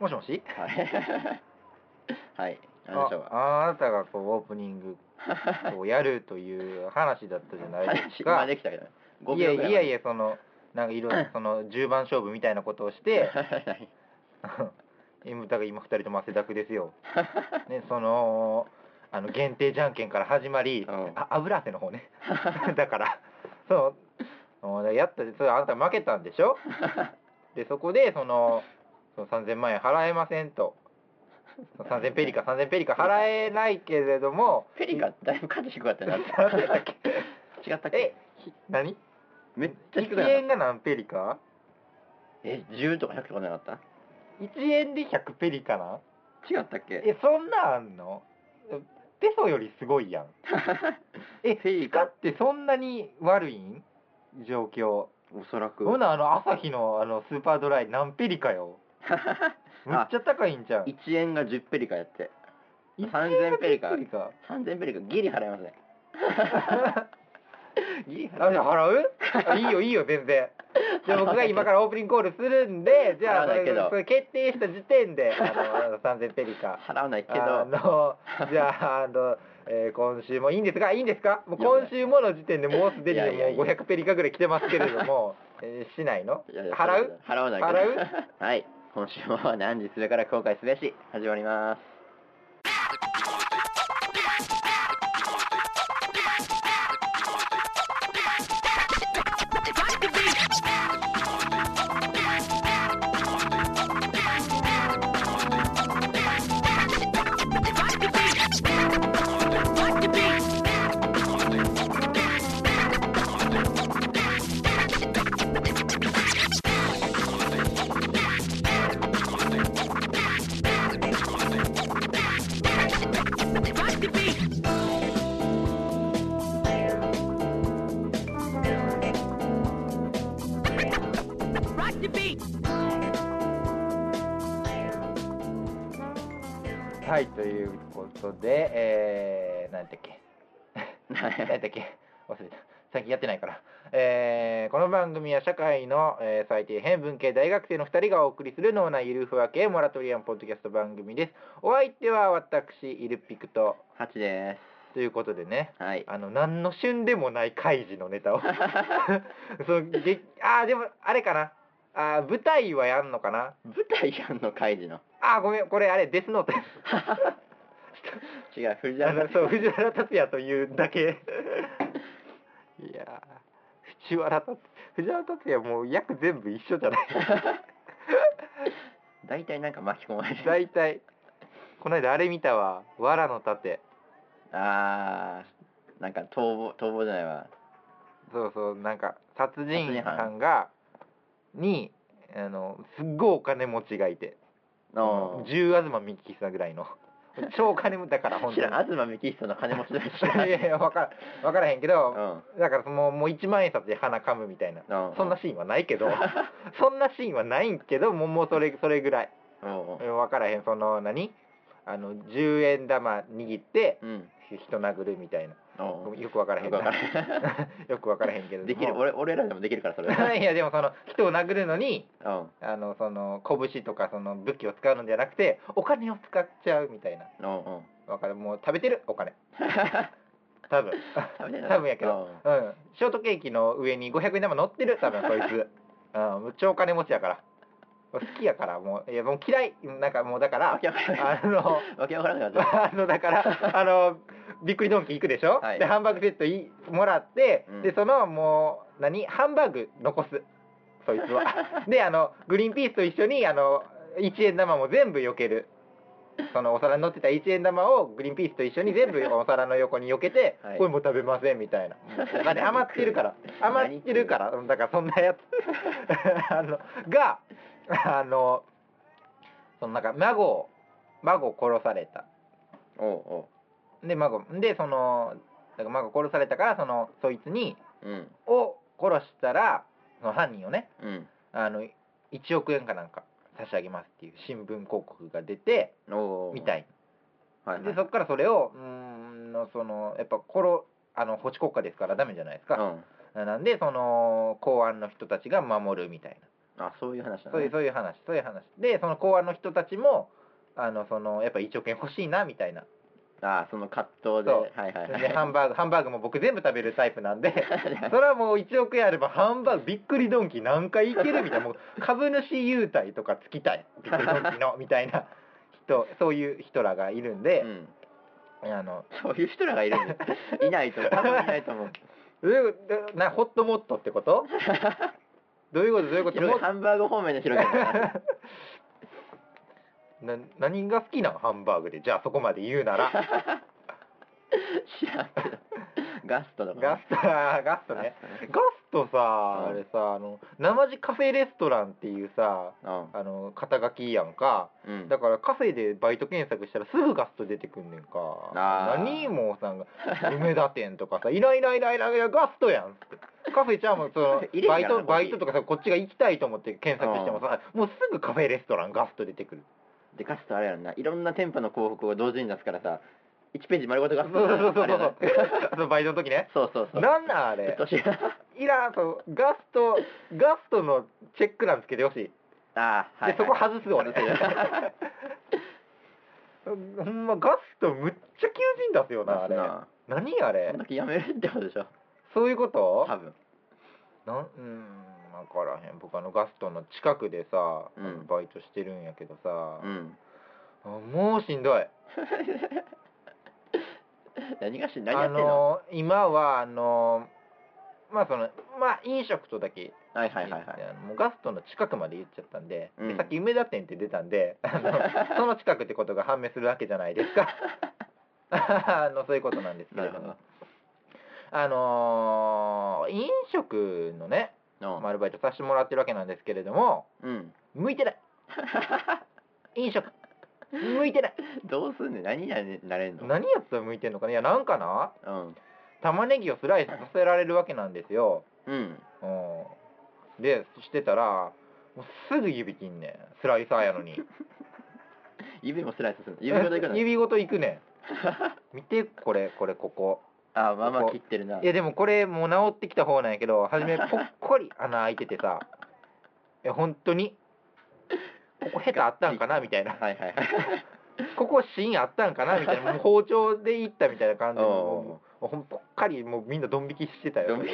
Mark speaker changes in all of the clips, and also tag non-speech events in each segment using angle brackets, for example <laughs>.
Speaker 1: もしもし
Speaker 2: はい。はい。 <laughs> あなたは。
Speaker 1: ああなたがこうオープニングをやるという話だったじゃないです
Speaker 2: 話今
Speaker 1: か。
Speaker 2: できたけど。5
Speaker 1: いや
Speaker 2: 秒
Speaker 1: い
Speaker 2: ぐ
Speaker 1: や
Speaker 2: らい。
Speaker 1: いやいやそのなんかいろいろその10番勝負みたいなことをして
Speaker 2: <laughs> はい。
Speaker 1: <laughs> M タが今2人とも汗だくですよ。ねそのあの限定じゃんけんから始まり、
Speaker 2: うん
Speaker 1: あ油汗の方
Speaker 2: <laughs>
Speaker 1: ねだからそうそうだやったそれあなた負けたんでしょでそこでそのその3000万円払えませんとその3000ペリカ3000ペリカ払えないけれども
Speaker 2: ペリカだいぶ価値低かっ
Speaker 1: <laughs>
Speaker 2: たな。違
Speaker 1: 何だっ
Speaker 2: ったっ
Speaker 1: え
Speaker 2: け？
Speaker 1: 何
Speaker 2: めっちゃ低くな
Speaker 1: ?1
Speaker 2: かっ
Speaker 1: 円
Speaker 2: た。
Speaker 1: が何ペリカ
Speaker 2: え、10とか100とかなかった？
Speaker 1: 1円で100ペリカなん
Speaker 2: 違ったっけ？ <laughs>
Speaker 1: えそんなんあんのペソよりすごいやんえ
Speaker 2: ペリ
Speaker 1: だ
Speaker 2: カ
Speaker 1: ってそんなに悪いん状況
Speaker 2: おそらく。 <laughs>
Speaker 1: ほなあの朝日のあのスーパードライ何ペリかよむっちゃ高いんじゃん
Speaker 2: 1円が10ペリカやって。
Speaker 1: 一
Speaker 2: 3000ペリカ
Speaker 1: ペリカ
Speaker 2: 3000ペリカギリ払
Speaker 1: <laughs>
Speaker 2: いますね。 <laughs> ギリ
Speaker 1: あ
Speaker 2: 払い
Speaker 1: じゃ
Speaker 2: ま
Speaker 1: あ払
Speaker 2: <laughs>
Speaker 1: うあいいよいいよ全然じゃあ僕が今からオープニングコールするんでじゃあ
Speaker 2: 払わ
Speaker 1: そ
Speaker 2: ない
Speaker 1: れ
Speaker 2: けど
Speaker 1: それ決定した時点
Speaker 2: <laughs>
Speaker 1: であの3000ペリカ
Speaker 2: す。払わないけ
Speaker 1: あ
Speaker 2: ど。
Speaker 1: のじゃああの、えー今週もいいんですがいいんですかもう今週もの時点でもうすでに
Speaker 2: いやいやい
Speaker 1: も
Speaker 2: や
Speaker 1: う500ペリカぐらい来てますけれども、えーしないの
Speaker 2: いやいや
Speaker 1: 払う
Speaker 2: 払わないけど
Speaker 1: 払
Speaker 2: <laughs> はい今週も何時するから後悔すべし始まります
Speaker 1: はいということでえー、なんだっけなんだっけ忘れた最近やってないから、えーこの番組は社会の、えー最低編文系大学生の2人がお送りする脳内ゆるふわ系モラトリアンポッドキャスト番組ですお相手は私イルピクト
Speaker 2: 8で
Speaker 1: ということでね
Speaker 2: すはい
Speaker 1: あの何の旬でもない開示のネタを <laughs> そうげあーでもあれかなあー舞台はやんのかな
Speaker 2: 舞台やんの開示の <laughs>
Speaker 1: あーごめんこれあれデスノート
Speaker 2: 違う藤
Speaker 1: あ
Speaker 2: <laughs> 原
Speaker 1: のそう藤原竜也というだけいやー藤原竜藤原竜也もう役全部一緒じ
Speaker 2: <laughs>
Speaker 1: ゃない
Speaker 2: 大体なんか巻き込まれて
Speaker 1: 大体この間あれ見たわ「藁の盾
Speaker 2: あーなんか逃亡逃亡じゃないわ」
Speaker 1: そうそうなんか殺人
Speaker 2: 殺人
Speaker 1: 犯
Speaker 2: 犯
Speaker 1: がにあのすっごいお金持ちがいて
Speaker 2: の
Speaker 1: 十東幹久ぐらいの超金持ちだから本
Speaker 2: 知
Speaker 1: 当に
Speaker 2: らん東幹久の金持ちだし
Speaker 1: いやいや分から分からへんけ
Speaker 2: う
Speaker 1: ど、
Speaker 2: んうん
Speaker 1: だからそのもう1万円札で鼻かむみたいな、そんなシーンはない
Speaker 2: <laughs>
Speaker 1: けどそんなシーンはないんけどもうもうそれそれぐらい
Speaker 2: うん
Speaker 1: 分からへんその何あの10円玉握って
Speaker 2: うん
Speaker 1: 人殴るみたいな
Speaker 2: うん
Speaker 1: よく分からへんな
Speaker 2: よく分から
Speaker 1: よく分からへんけれども
Speaker 2: できる俺俺らでもできるからそれ
Speaker 1: <laughs> いやでもその人を殴るのに
Speaker 2: うん
Speaker 1: あのその拳とかその武器を使うのじゃなくてお金を使っちゃうみたいな
Speaker 2: うんうん <laughs>
Speaker 1: わかるもう食べてるお金多分
Speaker 2: 食べてない
Speaker 1: 多分やけどうんショートケーキの上に500円玉乗ってる多分そいつうん超金持ちやから好きやからもういやもう嫌いなんかもうだから
Speaker 2: わけわからん
Speaker 1: あの
Speaker 2: わけわからなくなっ
Speaker 1: <laughs>
Speaker 2: た
Speaker 1: あのだ
Speaker 2: <laughs>
Speaker 1: からあのびっくりドンキー行くでしょ、
Speaker 2: はい
Speaker 1: でハンバーグセットいもらって、
Speaker 2: うん
Speaker 1: でそのもう何ハンバーグ残すそいつ
Speaker 2: <laughs>
Speaker 1: はであのグリーンピースと一緒にあの1円玉も全部避けるそのお皿に乗ってた1円玉をグリーンピースと一緒に全部お皿の横に避けて「
Speaker 2: <laughs> はい
Speaker 1: これもう食べません」みたい
Speaker 2: <laughs>
Speaker 1: なお金余ってるから余ってるからうんだからそんなやつ <laughs> あのがあのそのなんか孫を孫殺された
Speaker 2: おうお
Speaker 1: で孫でそのだから孫殺されたからそのそいつに
Speaker 2: ううん
Speaker 1: を殺したらその犯人をね
Speaker 2: うん
Speaker 1: あの1億円かなんか差し上げますっていう新聞広告が出て
Speaker 2: お
Speaker 1: みた
Speaker 2: い、
Speaker 1: い
Speaker 2: はいはい、
Speaker 1: でそっからそれをうーんのそのやっぱ殺あの保守国家ですからダメじゃないです
Speaker 2: う
Speaker 1: か、
Speaker 2: ん
Speaker 1: なんでその公安の人たちが守るみたい
Speaker 2: あそういう話なの
Speaker 1: そういうそういう話そういう話でその講和の人たちもあのそのやっぱ一応券欲しいなみたいな
Speaker 2: あその葛藤で
Speaker 1: そう
Speaker 2: はいはいはい
Speaker 1: でハンバーグハンバーグも僕全部食べるタイプなん
Speaker 2: <laughs>
Speaker 1: でそ
Speaker 2: ー
Speaker 1: れはもう1億円あればハンバーグびっくりドンキー何回いけるみたいなもう
Speaker 2: <laughs>
Speaker 1: 株主優待とかつきたいびっくりドンキーのみたいな
Speaker 2: <laughs>
Speaker 1: 人そういう人らがいるんで
Speaker 2: う、ん、
Speaker 1: あの
Speaker 2: そういう人らがいるんですいないと多分いないと思う
Speaker 1: えなホットモットって
Speaker 2: <laughs>
Speaker 1: ことどういうことどういうこと
Speaker 2: 広
Speaker 1: も
Speaker 2: げハンバーグ方面の広げだな
Speaker 1: な何が好きなのハンバーグでじゃあそこまで言うな
Speaker 2: <laughs>
Speaker 1: ら
Speaker 2: 知らんけどガストとかね、
Speaker 1: ガストあーガストね
Speaker 2: ガストね
Speaker 1: ガストさ、
Speaker 2: うん
Speaker 1: あれさあの生地カフェレストランっていうさ
Speaker 2: うん
Speaker 1: あの肩書きやんか
Speaker 2: うん
Speaker 1: だからカフェでバイト検索したらすぐガスト出てくんねんか
Speaker 2: あー
Speaker 1: 何もうさんが梅田店とかさ「いないいないいないいないいやガストやん」ってカフェちゃんもその
Speaker 2: 入れへん
Speaker 1: バ
Speaker 2: や
Speaker 1: イ
Speaker 2: ろ
Speaker 1: トバイトとかさこっちが行きたいと思って検索してもさ、もうすぐカフェレストランガスト出てくる
Speaker 2: でガストあれやろないろんな店舗の広告を同時に出すからさ1ページ丸ごと
Speaker 1: そ
Speaker 2: ガ
Speaker 1: う
Speaker 2: ス
Speaker 1: そ
Speaker 2: ト
Speaker 1: うそうそう
Speaker 2: あれやな
Speaker 1: そうバイトの時ね
Speaker 2: そうそうそう
Speaker 1: なんなんあ
Speaker 2: うっ
Speaker 1: れ
Speaker 2: とうしい
Speaker 1: いらんそうガストガストのチェック欄つけてほしい
Speaker 2: あーはい、はい、
Speaker 1: でそこ外す
Speaker 2: <laughs>
Speaker 1: 俺
Speaker 2: 外
Speaker 1: <laughs>
Speaker 2: せ
Speaker 1: ほんまガストむっちゃ求人出すよなあれ
Speaker 2: な
Speaker 1: 何あ
Speaker 2: そ
Speaker 1: れ
Speaker 2: んだけやめるってことでしょ
Speaker 1: そういうこと
Speaker 2: 多分
Speaker 1: なんうん分からへん僕あのガストの近くでさ、
Speaker 2: うん
Speaker 1: あのバイトしてるんやけどさ
Speaker 2: う、ん
Speaker 1: あもうしんどい
Speaker 2: <laughs> 何がし何や
Speaker 1: あ
Speaker 2: ってんの、
Speaker 1: の今はあのまあそのまあ飲食とだけ
Speaker 2: はいはいはいはい
Speaker 1: あのもうガストの近くまで言っちゃったんで,で、
Speaker 2: うん
Speaker 1: さっき梅田店って出たん
Speaker 2: <laughs>
Speaker 1: であのその近くってことが判明するわけじゃないですか <laughs> あのそういうことなんですけ
Speaker 2: な
Speaker 1: れ
Speaker 2: る
Speaker 1: ど
Speaker 2: ほ
Speaker 1: も
Speaker 2: ど
Speaker 1: あのー飲食のね、
Speaker 2: うん、
Speaker 1: まあアルバイトさせてもらってるわけなんですけれども
Speaker 2: うん、
Speaker 1: 向い
Speaker 2: <laughs>
Speaker 1: てない飲食向いてない
Speaker 2: どうすんねん何になれなれんの
Speaker 1: 何やったら向いてんのかないやなんかな
Speaker 2: うん
Speaker 1: 玉ねぎをスライスさせられるわけなんですよ、
Speaker 2: うん
Speaker 1: うん、でしてたらもうすぐ指切んねんスライサーやのに
Speaker 2: 指もスライスするの指ごといくの
Speaker 1: 指ごといくねん見てこれこれここ
Speaker 2: <laughs> あーまあま
Speaker 1: こ
Speaker 2: あ
Speaker 1: こ
Speaker 2: 切ってるない
Speaker 1: やでもこれもう治ってきた方なんやけど初めぽっこり穴開いててさいや本当にここヘタあったんかなみたいな
Speaker 2: は
Speaker 1: <laughs>
Speaker 2: いはいはい
Speaker 1: ここ芯あったんかなみたいなもう包丁でいったみたいな感じで
Speaker 2: おう
Speaker 1: も <laughs> うもうほんぽっかりもうみんなドン引きしてた
Speaker 2: ど
Speaker 1: よ
Speaker 2: ん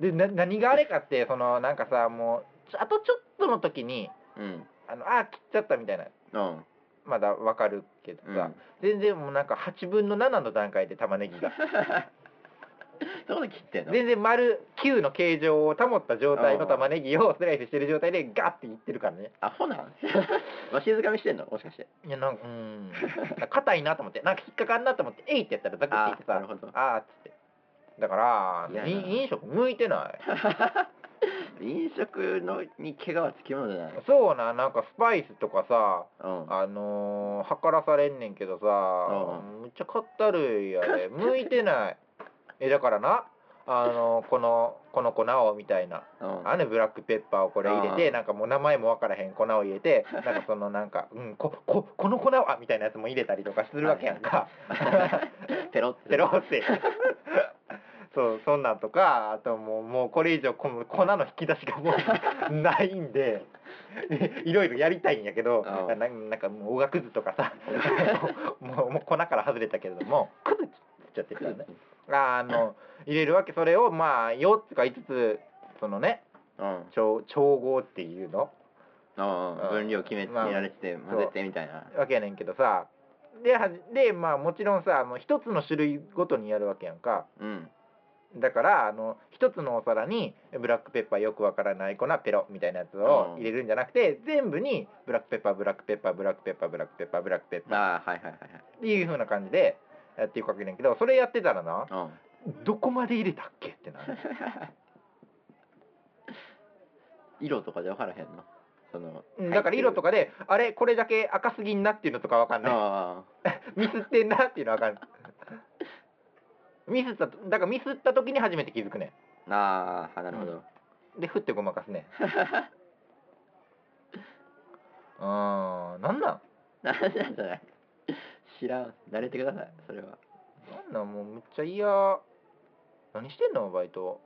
Speaker 1: でな何があれかってそのなんかさもうちょあとちょっとの時に
Speaker 2: うん
Speaker 1: あのあー切っちゃったみたいな
Speaker 2: うん
Speaker 1: まだわかるけどさ、
Speaker 2: うん
Speaker 1: 全然もうなんか8分の7の段階で玉ねぎ
Speaker 2: <laughs>
Speaker 1: が
Speaker 2: そこで切ってんの
Speaker 1: 全然丸9の形状を保った状態の玉ねぎをスライスしてる状態でガッていってるからね
Speaker 2: アホなん <laughs> わしづかみしてんのもしかして
Speaker 1: いやなんかうーんなんか硬いなと思ってなんか引っかかんなと思って「えい!」ってやったらザクっていって
Speaker 2: あー
Speaker 1: さ
Speaker 2: なるほど
Speaker 1: あーっつってだか
Speaker 2: い
Speaker 1: ら
Speaker 2: や
Speaker 1: い飲食向いてない
Speaker 2: 飲食のに怪我はつきものじゃない
Speaker 1: そうななんかスパイスとかさ
Speaker 2: うん
Speaker 1: あのー、計らされんねんけどさ
Speaker 2: う
Speaker 1: むっちゃかったるいや
Speaker 2: <laughs>
Speaker 1: で向いてないえだからなあのーこのこの粉をみたいな
Speaker 2: うん
Speaker 1: あのブラックペッパーをこれ入れて
Speaker 2: うん
Speaker 1: なんかもう名前もわからへん粉を入れてなんかそのなんか、うん、こここの粉はみたいなやつも入れたりとかするわけやん
Speaker 2: <laughs>
Speaker 1: か
Speaker 2: <laughs> ペロって
Speaker 1: ペロって <laughs> そうそんなんとかあともうもうこれ以上この粉の引き出しがもうないんで <laughs> いろいろやりたいんやけど
Speaker 2: う
Speaker 1: なんなんかもうおがくずとか <laughs> さもうもう粉から外れたけれどもくずっちゃってるからねあの入れるわけそれをまあ4つか5つそのね
Speaker 2: うん
Speaker 1: 調調合っていうの
Speaker 2: うんうん分量決めて
Speaker 1: まあ
Speaker 2: やられてて混ぜてみたいな
Speaker 1: わけやねんけどさではじでまあもちろんさもう一つの種類ごとにやるわけやんか
Speaker 2: うん
Speaker 1: だからあの一つのお皿にブラックペッパーよくわからない粉ペロみたいなやつを入れるんじゃなくて、全部にブラックペッパーブラックペッパーブラックペッパーブラックペッパーブラックペッパー
Speaker 2: ああはいはい
Speaker 1: っ
Speaker 2: はい
Speaker 1: ていう風な感じでやっていくわけやねんけどそれやってたらな
Speaker 2: はいうん
Speaker 1: ど
Speaker 2: <laughs>
Speaker 1: こまで入れたっけってなる <laughs>
Speaker 2: 色とかじゃ分からへんのその
Speaker 1: うんだから色と
Speaker 2: か
Speaker 1: かであれこれだけ赤すぎんなっていうのとかわかんない
Speaker 2: あ
Speaker 1: <laughs> ミスってんなっていうのは分かるミスったとだからミスった時に初めて気づくね
Speaker 2: あああなるほど
Speaker 1: んでふってごまかすねんうーんなんなん
Speaker 2: なんなんじゃない知らん慣れてくださいそれは <laughs>
Speaker 1: なんなんもうむっちゃ嫌何してんのバイト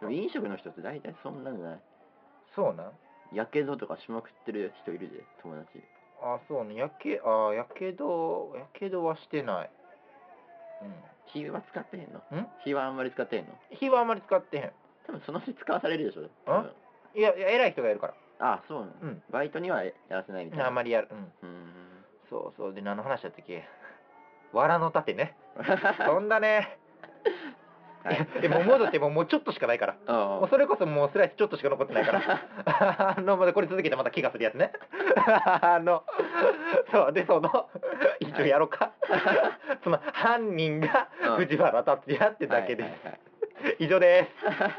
Speaker 2: でも飲食の人って大体そんなんじゃない
Speaker 1: そうなん
Speaker 2: やけどとかしまくってる人いるで友達
Speaker 1: あそうねやけあやけどやけどはしてない、
Speaker 2: 火は使ってへんの
Speaker 1: ん
Speaker 2: 火はあんまり使ってへんの
Speaker 1: うん、火はあんまり使ってへん
Speaker 2: 多分そのうち使わされるでしょ多分
Speaker 1: いやいや偉い人がいるから
Speaker 2: あそうなの、
Speaker 1: うん
Speaker 2: バイトにはやらせないみたいな
Speaker 1: あんまりやるうん
Speaker 2: うーん
Speaker 1: そうそうで何の話だったっけ藁の盾ね
Speaker 2: <laughs>
Speaker 1: 飛んだね、
Speaker 2: はい
Speaker 1: い、でも戻ってもうもうちょっとしかないからもう
Speaker 2: あ
Speaker 1: それこそもうスライスちょっとしか残ってないから
Speaker 2: <laughs>
Speaker 1: あのまだこれ続けてまた怪我するやつね <laughs> あのそうでその一応やろう
Speaker 2: <laughs>
Speaker 1: かその犯人が
Speaker 2: うん
Speaker 1: 藤原竜也ってだけです、
Speaker 2: はいはいはい
Speaker 1: <laughs> 以上です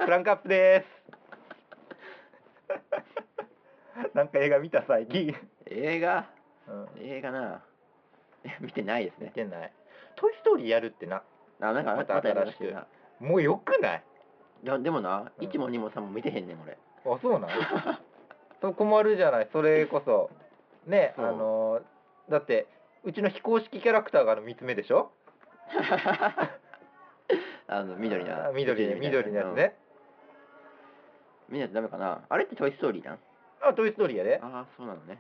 Speaker 1: クランクアップ
Speaker 2: <laughs>
Speaker 1: ですなんか映画見た最近、
Speaker 2: 映画
Speaker 1: うん、
Speaker 2: 映画な見てないです
Speaker 1: 見
Speaker 2: ね
Speaker 1: てない「トイ・ストーリー」やるってな
Speaker 2: あなんか
Speaker 1: また
Speaker 2: またやら
Speaker 1: 新
Speaker 2: し
Speaker 1: しく
Speaker 2: くな
Speaker 1: もうよくない
Speaker 2: いやでもな、
Speaker 1: うん
Speaker 2: 1も2も3も見てへんねん
Speaker 1: あ
Speaker 2: 俺
Speaker 1: そうなんそう困るじゃないそれこそねあ
Speaker 2: そう
Speaker 1: のーだってうちの非公式キャラクターがあの3つ目でしょ
Speaker 2: <laughs> あの緑の
Speaker 1: あー緑の緑のやつ、ね、
Speaker 2: うん緑のやつダメかなあれって「トイ・ストーリー」なん
Speaker 1: あトイ・ストーリーやで
Speaker 2: ああそうなのね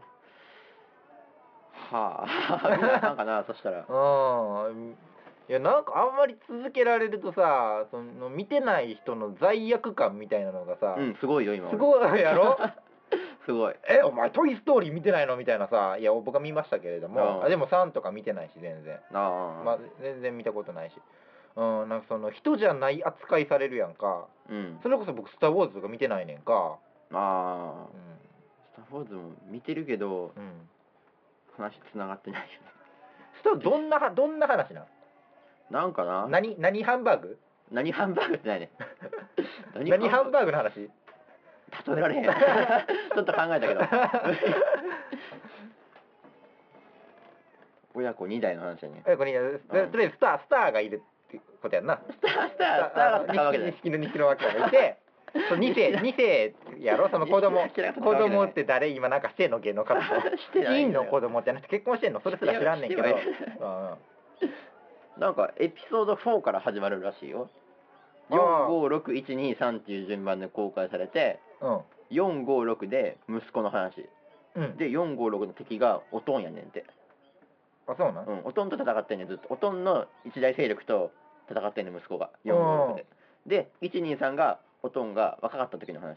Speaker 1: <laughs>
Speaker 2: はあどうなんかなそしたら
Speaker 1: うんいやなんかあんまり続けられるとさその見てない人の罪悪感みたいなのがさ、
Speaker 2: うんすごいよ今
Speaker 1: す
Speaker 2: い
Speaker 1: ごいやろ
Speaker 2: <laughs> すごい
Speaker 1: えお前「トイ・ストーリー」見てないのみたいなさいや僕は見ましたけれども、
Speaker 2: うん
Speaker 1: あでも3とか見てないし全然、
Speaker 2: ああ、
Speaker 1: まあ、全然見たことないし、うん、なんかその人じゃない扱いされるやんか
Speaker 2: うん
Speaker 1: それこそ僕「スター・ウォーズ」とか見てないねんか
Speaker 2: ああ
Speaker 1: うん、
Speaker 2: スター・フォーズも見てるけど
Speaker 1: うん、
Speaker 2: 話つながってないよね
Speaker 1: スターどんなはどんな話なん
Speaker 2: なんかな
Speaker 1: 何何ハンバー
Speaker 2: <laughs>
Speaker 1: グ
Speaker 2: 何ハンバーグって
Speaker 1: <laughs>
Speaker 2: ないね
Speaker 1: 何ハンバーグの話
Speaker 2: 例えられへん <laughs> ちょっと考えたけど <laughs> 親子2代の話やね
Speaker 1: <laughs> えこれえとりあえずスタースターがいるってことやんな
Speaker 2: スタースタースターが使うわけじゃない
Speaker 1: 錦の錦
Speaker 2: <laughs>
Speaker 1: の脇がいて2世二世やろその子供
Speaker 2: 知らなか
Speaker 1: 子
Speaker 2: ったわけじゃない
Speaker 1: 供って誰今なんかしてんの芸能活
Speaker 2: <laughs> して
Speaker 1: 動
Speaker 2: ない
Speaker 1: 院
Speaker 2: んだよ
Speaker 1: の子供ってなくて結婚してんのそれすら知らんねんけど
Speaker 2: してはいるなんかエピソード4から始まるらしいよ
Speaker 1: あー
Speaker 2: 456123っていう順番で公開されて
Speaker 1: うんうん
Speaker 2: 456で息子の話
Speaker 1: うん
Speaker 2: で456の敵がおとんやねんて、
Speaker 1: あそうなん
Speaker 2: うん、おとんと戦ってんねんずっとおとんの一大勢力と戦ってんねん息子が456でで123がおとんが若かった時の話
Speaker 1: うん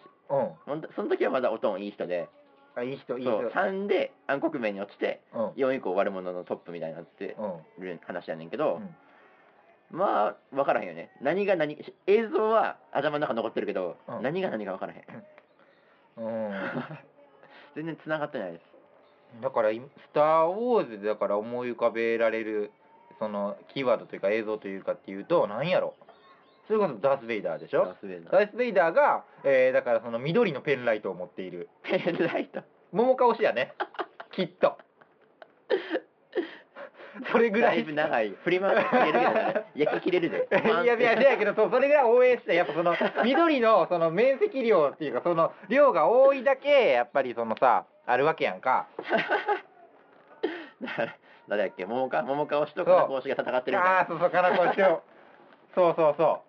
Speaker 2: ほんとその時はまだおとんいい人で
Speaker 1: あいい人いい
Speaker 2: そ
Speaker 1: 人
Speaker 2: う3で暗黒面に落ちて
Speaker 1: うん
Speaker 2: 4以降悪者のトップみたいになって
Speaker 1: うん
Speaker 2: る話やねんけど、
Speaker 1: うん
Speaker 2: まあ分からへんよね何が何し映像は頭の中残ってるけど、
Speaker 1: うん
Speaker 2: 何が何が分からへん
Speaker 1: うん
Speaker 2: <laughs> 全然繋がってないです
Speaker 1: だからい「スター・ウォーズ」でだから思い浮かべられるそのキーワードというか映像というかっていうと何やろそれこそダース・ベイダーでしょ
Speaker 2: ダースベイダー
Speaker 1: ダース・ベイダーが、えーだからその緑のペンライトを持っている
Speaker 2: ペン <laughs> ライト
Speaker 1: 桃顔しや
Speaker 2: <laughs>
Speaker 1: ねきっとそれぐら
Speaker 2: だ
Speaker 1: い
Speaker 2: いぶ長い振り回して切れるけどね焼き切れるで
Speaker 1: いやいやいやけどそうそれぐらい応援してやっぱその緑のその面積量っていうかその量が多いだけやっぱりそのさあるわけやんか
Speaker 2: 誰やっけ桃か桃かおしとか
Speaker 1: そう
Speaker 2: 講師が戦ってるみ
Speaker 1: あ
Speaker 2: た
Speaker 1: あ
Speaker 2: い
Speaker 1: そうそうかなこうし
Speaker 2: <laughs>
Speaker 1: ようそうそうそ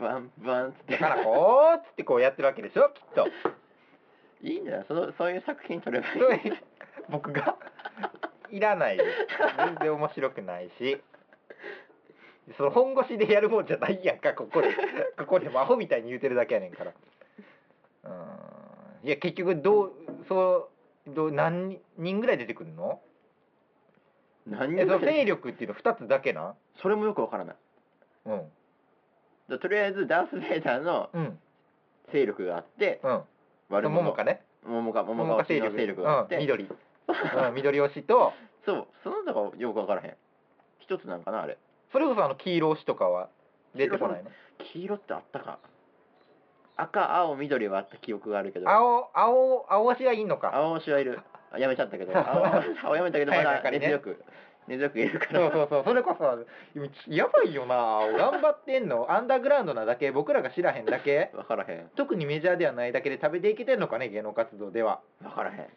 Speaker 1: う
Speaker 2: なブワンブワンっつって
Speaker 1: だからこうっつってこうやってるわけでしょきっと
Speaker 2: いいんだよそのそういう作品撮ればいい
Speaker 1: そういう僕がいらないです全然面白くないしその本腰でやるもんじゃないやんかここでここでもアホみたいに言うてるだけやねんからうーんいや結局どうそうどう何人ぐらい出てくるの
Speaker 2: 何
Speaker 1: えその
Speaker 2: そ
Speaker 1: 勢力っていうの2つだけな
Speaker 2: それもよくわからない
Speaker 1: うん
Speaker 2: だとりあえずダース・ベイダーの
Speaker 1: うん
Speaker 2: 勢力があって
Speaker 1: うん
Speaker 2: 悪者
Speaker 1: 桃かね
Speaker 2: 桃か桃
Speaker 1: 桃
Speaker 2: か
Speaker 1: か勢
Speaker 2: 推しの
Speaker 1: 力
Speaker 2: 勢力があっ
Speaker 1: うん、
Speaker 2: て、
Speaker 1: 緑、うん、緑推しと
Speaker 2: そうその中はよくわからへん一つなんかなあれ
Speaker 1: それこそあの黄色推しとかは出てこないの
Speaker 2: 黄色ってあったか赤青緑はあった記憶があるけど
Speaker 1: 青青青足はいいのか
Speaker 2: 青推しはいるあやめちゃった
Speaker 1: <laughs>
Speaker 2: けど青青やめたけどま
Speaker 1: 早い
Speaker 2: だ
Speaker 1: ばかり
Speaker 2: 根
Speaker 1: ね
Speaker 2: 強く、根強くいるか
Speaker 1: そう
Speaker 2: ら
Speaker 1: そうそうそれこそやばいよな頑張ってん
Speaker 2: <laughs>
Speaker 1: のアンダーグラウンドなだけ僕らが知らへんだけ
Speaker 2: 分からへん
Speaker 1: 特にメジャーではないだけで食べていけてんのかね芸能活動では、
Speaker 2: 分からへん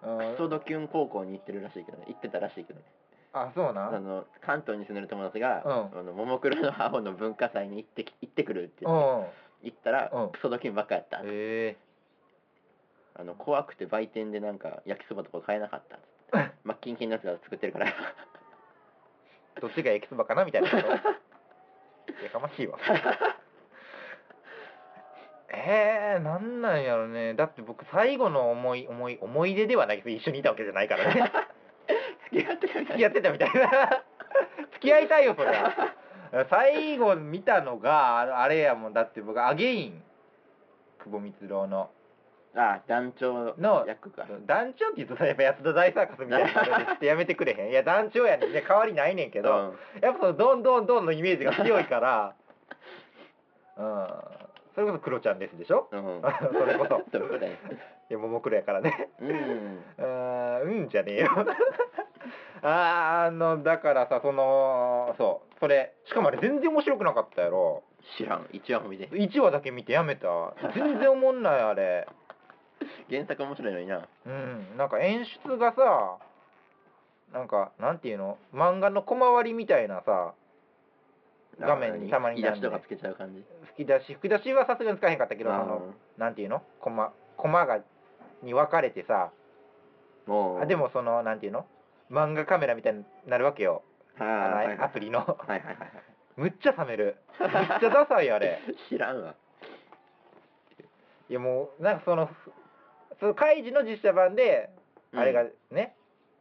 Speaker 1: うん
Speaker 2: クソドキュン高校に行ってるらしいけどね行ってたらしいけどね
Speaker 1: あそうな
Speaker 2: あ
Speaker 1: ん
Speaker 2: の関東に住んでる友達が
Speaker 1: う
Speaker 2: あのももクロの青の文化祭に行ってき行ってくるって
Speaker 1: う
Speaker 2: 言って
Speaker 1: ん
Speaker 2: 行ったら
Speaker 1: うん
Speaker 2: クソドキュンばっかやった
Speaker 1: ええ
Speaker 2: あの怖くて売店でなんか焼きそばとか買えなかったっつってマッキンキンのやつが作ってるから
Speaker 1: どっちが焼きそばかなみたいなことやかましいわえー、なんなんやろねだって僕最後の思い思い思い出ではないけど一緒にいたわけじゃないからね
Speaker 2: 付き合ってたみた
Speaker 1: 付
Speaker 2: い
Speaker 1: き合ってたみたいな付き合いたいよそれ最後見たのがああれやもんだって僕アゲイン久保光郎の
Speaker 2: なあ団長
Speaker 1: の
Speaker 2: 役か
Speaker 1: 団長って言うとさやっぱ安田大サーカスみたいな感じでちょっとやめてくれへんいや団長やねんね変わりないねんけど、
Speaker 2: うん
Speaker 1: やっぱそのどんどんどんのイメージが強い
Speaker 2: <laughs>
Speaker 1: から、うん、それこそクロちゃんですでしょ
Speaker 2: うん
Speaker 1: <laughs> それこそ
Speaker 2: どうだよ
Speaker 1: いやももクロやからね <laughs>
Speaker 2: うん
Speaker 1: うんうんじゃねえよ <laughs> あーあのだからさそのそうそれしかもあれ全然面白くなかったやろ
Speaker 2: 知らん一話も見て
Speaker 1: 1話だけ見てやめた全然おもんないあれ
Speaker 2: 原作面白いのにな
Speaker 1: うんなんか演出がさなんかなんていうの漫画の小回りみたいなさ画面にたまに
Speaker 2: 引き出しとかつけちゃう感じ
Speaker 1: 吹き出し吹き出しはさすがに使えへんかったけどその
Speaker 2: あ
Speaker 1: なんていうのコマコマがに分かれてさあで
Speaker 2: も
Speaker 1: もそのなんていうの漫画カメラみたいになるわけよ
Speaker 2: あ
Speaker 1: あ
Speaker 2: ーはい
Speaker 1: のアプリの
Speaker 2: はいはいはい
Speaker 1: むっちゃ冷めるめっ
Speaker 2: はい
Speaker 1: ちゃダサいあれ
Speaker 2: 知らんわ
Speaker 1: いやもうなんかそのふそのカイジの実写版であれがね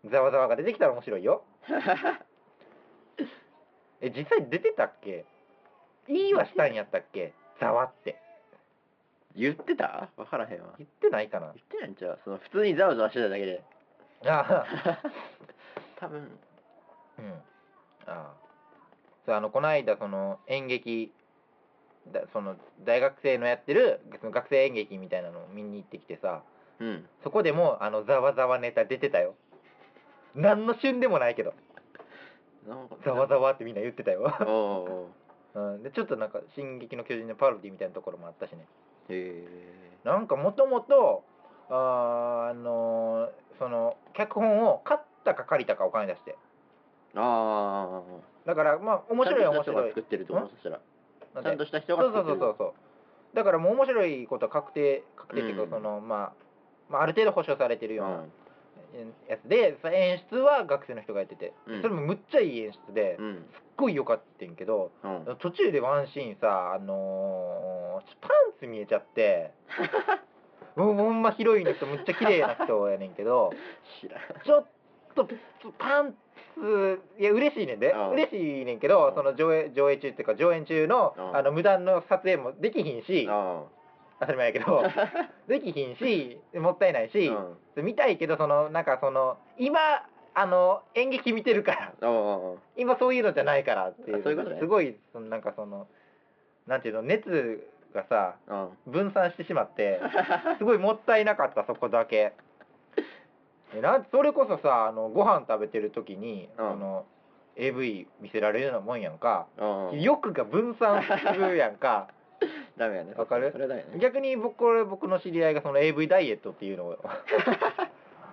Speaker 1: ざわざわが出てきたら面白いよえ実際出てたっけいいはしたんやったっけざわって
Speaker 2: 言ってた分からへんわ
Speaker 1: 言ってないかな
Speaker 2: 言ってないんちゃうその普通にざわざわしてただけで
Speaker 1: ああ
Speaker 2: 多分
Speaker 1: うん、ああそうあのこの間その演劇だその大学生のやってるその学生演劇みたいなのを見に行ってきてさ
Speaker 2: うん
Speaker 1: そこでもあのざわざわネタ出てたよ何の旬でもないけど
Speaker 2: なんか
Speaker 1: ざわざわってみんな言ってたよ、
Speaker 2: お <laughs> お
Speaker 1: うん、でちょっとなんか「進撃の巨人」のパロディみたいなところもあったしね
Speaker 2: へえ
Speaker 1: なんかもともとあーあのーその脚本を買ったか借りたかお金出して
Speaker 2: ああ
Speaker 1: だからまあ面白いは面
Speaker 2: ちゃん
Speaker 1: 白
Speaker 2: とした人が
Speaker 1: い
Speaker 2: 作ってるってことそしたら
Speaker 1: なん
Speaker 2: ちゃ
Speaker 1: で
Speaker 2: んとした
Speaker 1: そ
Speaker 2: 人
Speaker 1: う
Speaker 2: が
Speaker 1: そう
Speaker 2: 作って
Speaker 1: そ
Speaker 2: る
Speaker 1: うそうそうだからもう面白いことは確定確定っていうか、
Speaker 2: うん
Speaker 1: そのまあ、まあ、ある程度保証されてるよう
Speaker 2: う
Speaker 1: なんやつで、その演出は学生の人がやってて、
Speaker 2: うん
Speaker 1: それもむっちゃいい演出で、すっ
Speaker 2: うん
Speaker 1: ごい良かったんやけど
Speaker 2: うん
Speaker 1: 途中でワンシーンさあのーパンツ見えちゃって
Speaker 2: <laughs>
Speaker 1: もうほんまヒロインの人むっちゃ綺麗な人やねんけど
Speaker 2: 知らん
Speaker 1: ちょっとパンツいや嬉しいねんで
Speaker 2: うん
Speaker 1: 嬉しいねんけど
Speaker 2: うん
Speaker 1: その上映上映中っていうか上演中の
Speaker 2: うん
Speaker 1: あの無断の撮影もできひんし
Speaker 2: あ
Speaker 1: 当たり前やけ
Speaker 2: <laughs>
Speaker 1: どできひんしもったいない
Speaker 2: ー
Speaker 1: し
Speaker 2: うん
Speaker 1: 見たいけどそのなんかその今あの演劇見てるから
Speaker 2: あー
Speaker 1: 今そういうのじゃないからっていう
Speaker 2: あそういうことね
Speaker 1: すごいそのなんかそのなんていうの熱がさ
Speaker 2: あ
Speaker 1: 分散してしまって。すごいもったいなかったそこだけえなんそれこそさあのご飯食べてる時に、
Speaker 2: うん
Speaker 1: あの AV 見せられるようなもんやんか、
Speaker 2: あうん
Speaker 1: 欲が分散するやん
Speaker 2: <laughs>
Speaker 1: か
Speaker 2: ダメやね
Speaker 1: わかる
Speaker 2: それはダメやね
Speaker 1: 逆に僕これ僕の知り合いがその AV ダイエットっていうの
Speaker 2: <laughs>
Speaker 1: を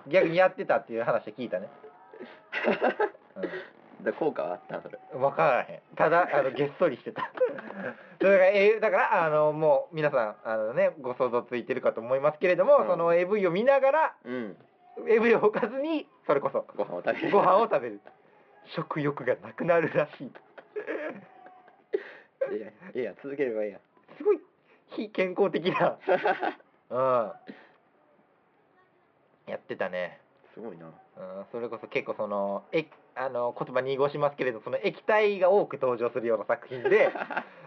Speaker 1: 逆にやってたっていう話聞いたね、
Speaker 2: で効果はあったんそれ
Speaker 1: うん、分からへんただあのげっそりしてた <laughs> それがえだからあのもう皆さんあの、ね、ご想像ついてるかと思いますけれども、
Speaker 2: うん
Speaker 1: その AV を見ながら
Speaker 2: うん
Speaker 1: エブリを置かずにそれこそ
Speaker 2: ご飯を食べる
Speaker 1: ご飯を食べる食欲がなくなるらしい
Speaker 2: いやいや続ければいいや
Speaker 1: すごい非健康的なうんやってたね、
Speaker 2: <laughs> すごいな
Speaker 1: うん、それこそ結構そのえあの言葉濁しますけれどその液体が多く登場するような作品
Speaker 2: <laughs>
Speaker 1: で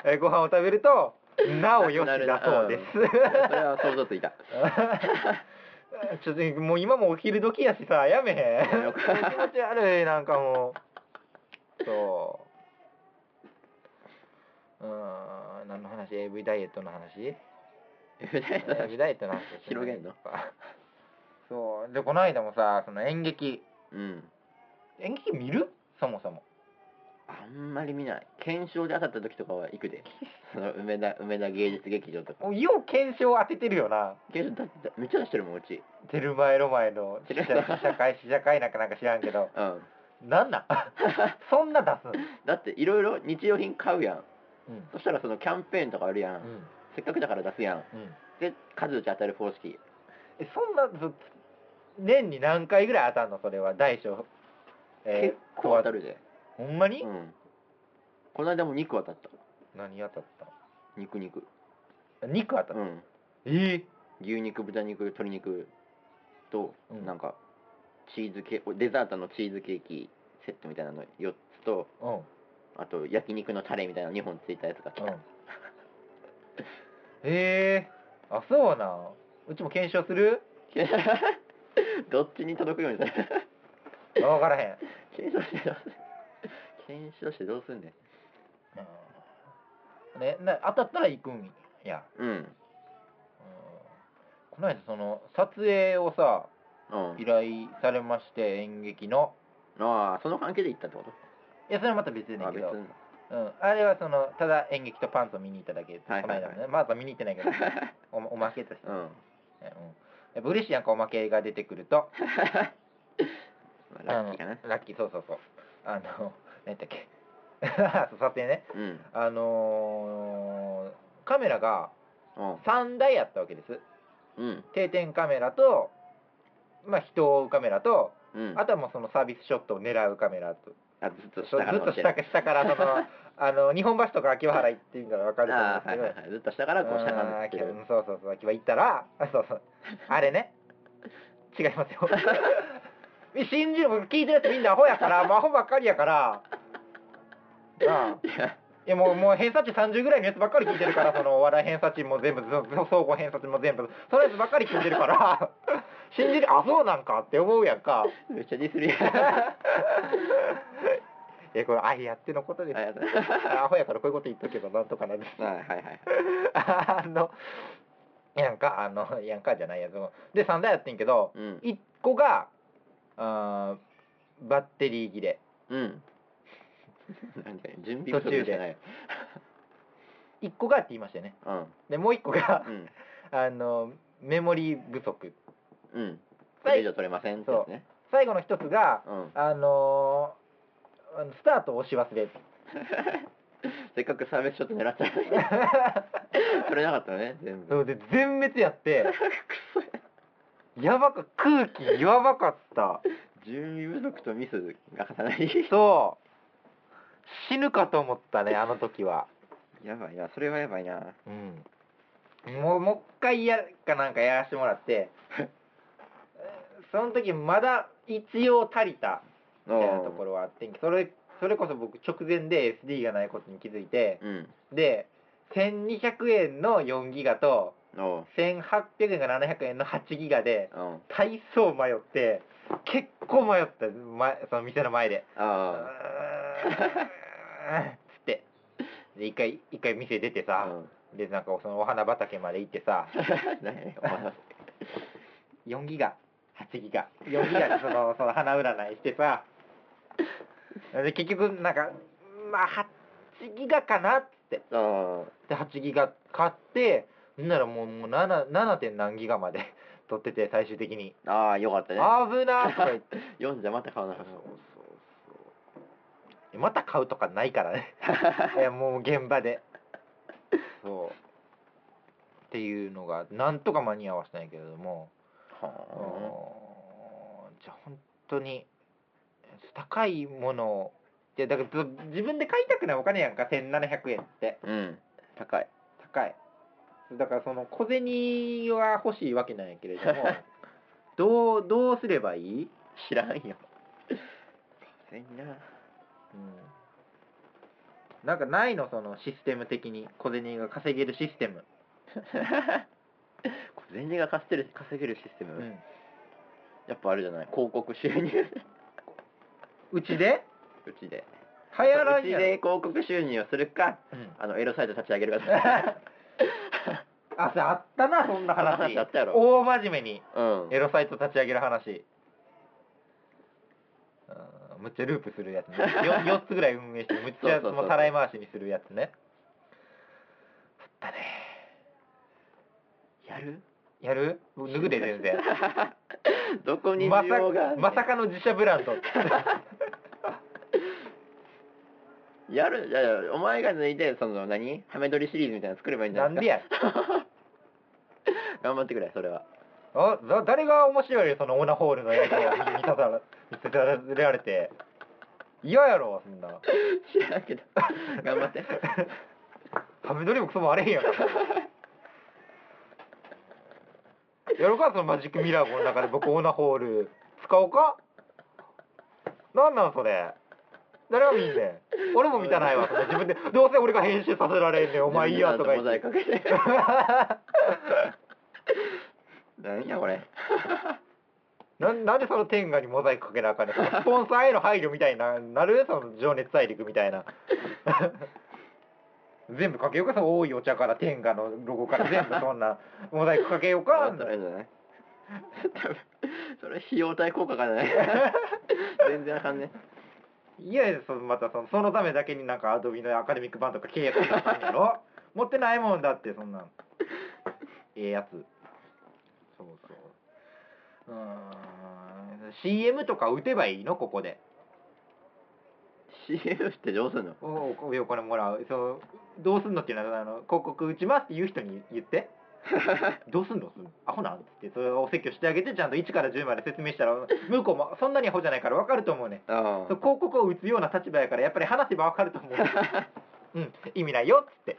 Speaker 1: えご飯を食べるとなおよしだそうです
Speaker 2: それは想像ついた
Speaker 1: ちょっとも <laughs> う今もお昼時やしさやめへん
Speaker 2: やめようか
Speaker 1: 気持ち悪いなんかもうそううーん何の話 AV ダイエット
Speaker 2: <laughs>
Speaker 1: の話 AV ダイエットの話ですね
Speaker 2: 広げんの
Speaker 1: そうでこの間もさその演劇
Speaker 2: うん
Speaker 1: 演劇見るそもそも
Speaker 2: あんまり見ない検証で当たった時とかは行くでその梅田梅田芸術劇場とか
Speaker 1: もうよう検証当ててるよな
Speaker 2: 検証だだめっちゃ出してるもんうち
Speaker 1: テルマエロマエの試
Speaker 2: 知らん
Speaker 1: 写会試写会なんかなんか知らんけど
Speaker 2: うん
Speaker 1: なん
Speaker 2: <laughs>
Speaker 1: なんそんな出す
Speaker 2: だっていろいろ日用品買うやん
Speaker 1: んうん
Speaker 2: そしたらそのキャンペーンとかあるやん、
Speaker 1: うん
Speaker 2: せっかくだから出すやん
Speaker 1: うん
Speaker 2: で数打ち当たる方式
Speaker 1: えそんなず年に何回ぐらい当たんのそれは大小、え
Speaker 2: 結
Speaker 1: ー
Speaker 2: 構当たるで、
Speaker 1: ほんまに、
Speaker 2: うん、この間も肉当たった
Speaker 1: 何当たった
Speaker 2: 肉肉
Speaker 1: の肉当たった、
Speaker 2: うん
Speaker 1: え
Speaker 2: 牛肉豚肉鶏肉と、
Speaker 1: うん
Speaker 2: なんかチーズケーキデザートのチーズケーキセットみたいなの4つと
Speaker 1: ーうん
Speaker 2: あと焼肉のタレみたいなの2本ついたやつが来
Speaker 1: うん
Speaker 2: <laughs> た、
Speaker 1: えー、あそうなんうちも検証する
Speaker 2: どっちに届くようにする
Speaker 1: あ分からへん、
Speaker 2: 検証してどうする検証してどうすんねん
Speaker 1: うんね、な当たったら行くんや、
Speaker 2: うん
Speaker 1: うん、この間その撮影をさ
Speaker 2: うん
Speaker 1: 依頼されまして演劇の
Speaker 2: ああその関係で行ったって <laughs> こと
Speaker 1: いやそれはまた別でねん
Speaker 2: あ
Speaker 1: け
Speaker 2: 別
Speaker 1: ど
Speaker 2: に
Speaker 1: うん、あれはそのただ演劇とパンツを見に行っただけです、
Speaker 2: はいはいはい
Speaker 1: この間のねまだ見に行ってないけど
Speaker 2: <laughs>
Speaker 1: おおまけとして、
Speaker 2: う
Speaker 1: うん
Speaker 2: ん
Speaker 1: やっぱ嬉しいやんかおまけが出てくると
Speaker 2: まあラッキーかな
Speaker 1: あのラッキーそうそうそうあの何だっけ <laughs> そう撮影ね
Speaker 2: うん
Speaker 1: あのーカメラが
Speaker 2: うん
Speaker 1: 3台あったわけです
Speaker 2: うん
Speaker 1: 定点カメラとまあ人を追うカメラと、
Speaker 2: うん
Speaker 1: あとはもうそのサービスショットを狙うカメラと
Speaker 2: あずっ
Speaker 1: ず
Speaker 2: と
Speaker 1: っ
Speaker 2: 下から
Speaker 1: と
Speaker 2: の
Speaker 1: 下か下からそ
Speaker 2: <laughs>
Speaker 1: のあの日本橋とか秋葉原行ってみたら分かると思うんで
Speaker 2: あ
Speaker 1: すけ
Speaker 2: あはい
Speaker 1: ど、
Speaker 2: はいはいずっと下からこう下から
Speaker 1: あ
Speaker 2: の
Speaker 1: ー
Speaker 2: って
Speaker 1: 秋
Speaker 2: る
Speaker 1: 葉うんそうそうそう秋葉行ったら <laughs> あそうそうあれね違います
Speaker 2: <laughs>
Speaker 1: よ信じる僕聞いてるやつみんなアホやからもうアホばっかりや
Speaker 2: <laughs>
Speaker 1: からなあ
Speaker 2: いや
Speaker 1: いやもうもう偏差値30ぐらいのやつばっかり聞いてるからそのお笑い偏差値も全部そそ総合偏差値も全部そのやつばっかり聞いてるから信じるあそうなんかって思うやんか
Speaker 2: <laughs> めっちゃディ
Speaker 1: <laughs>
Speaker 2: スるやん
Speaker 1: えこれあやってのことです
Speaker 2: あやだ
Speaker 1: アホやからこういうこと言っとけばなんとかなる
Speaker 2: あはいはい
Speaker 1: あのやんかあのやんかじゃないやつもで3台やってんけど
Speaker 2: うん
Speaker 1: 1個があーバッテリー切れ
Speaker 2: うんなんか準備
Speaker 1: 途中
Speaker 2: 不足
Speaker 1: で
Speaker 2: してない
Speaker 1: 1個がって言いましたよね
Speaker 2: うん
Speaker 1: でもう1個が
Speaker 2: うん
Speaker 1: あのメモリー不足
Speaker 2: うんこれ以
Speaker 1: 最
Speaker 2: 上取れませんってやつね
Speaker 1: 最後の1つが
Speaker 2: うん
Speaker 1: あのーあのスタートを押し忘れ
Speaker 2: <laughs> せっかくサービスショット狙ったの
Speaker 1: <laughs>
Speaker 2: に取れなかったのね全部 <laughs>
Speaker 1: そうで全滅やって <laughs> やばか空気やばかった
Speaker 2: 準備不足とミスが重なり
Speaker 1: そう死ぬかと思ったねあの時は
Speaker 2: <laughs> やばいなそれはやばいな
Speaker 1: うん、もうもう一回やかなんかやらせてもらってえーその時まだ一応足りたみたいなところはあってんけどそれそれこそ僕直前で SD がないことに気づいて
Speaker 2: うん
Speaker 1: で1200円の4ギガと
Speaker 2: おう
Speaker 1: 1800円が700円の8ギガで
Speaker 2: うん
Speaker 1: 体操迷って結構迷った前その店の前でう
Speaker 2: あ
Speaker 1: ーんつってで一回一回店出て
Speaker 2: あ
Speaker 1: さ、でなんかそのお花畑まで行って <laughs> さ
Speaker 2: <laughs> 何お前
Speaker 1: 4ギガ8ギガ4ギガでその <laughs> その花占いしてさで結局なんかまあ8ギガかなっつって
Speaker 2: あ
Speaker 1: で8ギガ買ってほんならもうもう 7, 7. 点何ギガまで <laughs> 取ってて最終的に
Speaker 2: あああよか
Speaker 1: 「
Speaker 2: ったね
Speaker 1: 危な」とか <laughs> 言って
Speaker 2: <laughs> 読んじゃまた買わなかっ
Speaker 1: えまた買うとかないから <laughs> ねいやもう現場でそうっていうのがなんとか間に合わせたんやけれども
Speaker 2: た
Speaker 1: あ
Speaker 2: <laughs> は
Speaker 1: のーじゃあ本当に高いものをいやだからず自分で買いたくないお金やんか1700円って
Speaker 2: あうん高い
Speaker 1: 高いだからその小銭は欲しいわけなんやけれど
Speaker 2: <laughs>
Speaker 1: もどうどうすればいい、
Speaker 2: 知らんよせんな
Speaker 1: うん、なんかないのそのシステム的に小銭が稼げるシステム、
Speaker 2: 小銭が稼げる稼げるシステム、
Speaker 1: うん
Speaker 2: やっぱあれじゃない広告収入 <laughs>
Speaker 1: うちで
Speaker 2: うちで
Speaker 1: 流行ら
Speaker 2: うんち
Speaker 1: やろ
Speaker 2: で広告収入をするか
Speaker 1: うん
Speaker 2: あのエロサイト立ち上げるか
Speaker 1: <laughs>
Speaker 2: <laughs>
Speaker 1: あそうあったなそんな話
Speaker 2: <laughs> 話あったやろ
Speaker 1: 大真面目に
Speaker 2: うん
Speaker 1: エロサイト立ち上げる話あーむっちゃループするやつね 4, つぐらい運営してむっちゃ
Speaker 2: そうそうそう
Speaker 1: もうたらい回しにするやつねあったね
Speaker 2: やる <laughs>
Speaker 1: やる脱ぐで全然
Speaker 2: どこに
Speaker 1: ま
Speaker 2: 需要があ
Speaker 1: さ
Speaker 2: んねん
Speaker 1: まさかの自社ブランド <laughs>
Speaker 2: やるいやいやお前が抜いてその何 <laughs> ハメ撮りシリーズみたいなの作ればいいんじゃ
Speaker 1: な
Speaker 2: ない
Speaker 1: ん
Speaker 2: ですか
Speaker 1: でや
Speaker 2: 頑張ってくれそれは
Speaker 1: うあだ誰が面白いよそのオナホールの映像を見せら見せられて嫌やろそんな
Speaker 2: 知らん
Speaker 1: <laughs>
Speaker 2: けど <laughs> 頑張って
Speaker 1: ハメ撮りもクソもあれへんやんかやろうかそのマジックミラー号の中で僕オナホール使おうかなんなんそれ誰が見んねん俺も見たないわそれ自分でどうせ俺が編集させられんねんお前いいやとか言
Speaker 2: 自分で
Speaker 1: って
Speaker 2: ちゃんとモザイ
Speaker 1: <laughs>
Speaker 2: クかけてなんやこれ
Speaker 1: なんなんでその天下にモザイクかけなあかんねんそのスポンサーへの配慮みたいななるその情熱大陸みたいな <laughs> 全部かけようかその多いお茶から天下のロゴから全部そんなモザイクかけようか
Speaker 2: わったらいいんじゃない多分それ費用対効果
Speaker 1: <laughs>
Speaker 2: がない全然あかんね
Speaker 1: いやいやそのまたそのそのためだけになんかアドビのアカデミック版とか契約しなあかんやろ持ってないもんだってそんなんええやつそうそううーん CM とか打てばいいのここで
Speaker 2: CM ってどうすんの <laughs>
Speaker 1: おおお金もらうそうどうすんのっていうのはあの広告打ちますって言う人に言ってどうすんのアホなんって言ってそれをお説教してあげてちゃんと1から10まで説明したら向こうもそんなにアホじゃないから分かると思うね
Speaker 2: あ
Speaker 1: そう広告を打つような立場やからやっぱり話せば分かると思ううん意味ないよっつって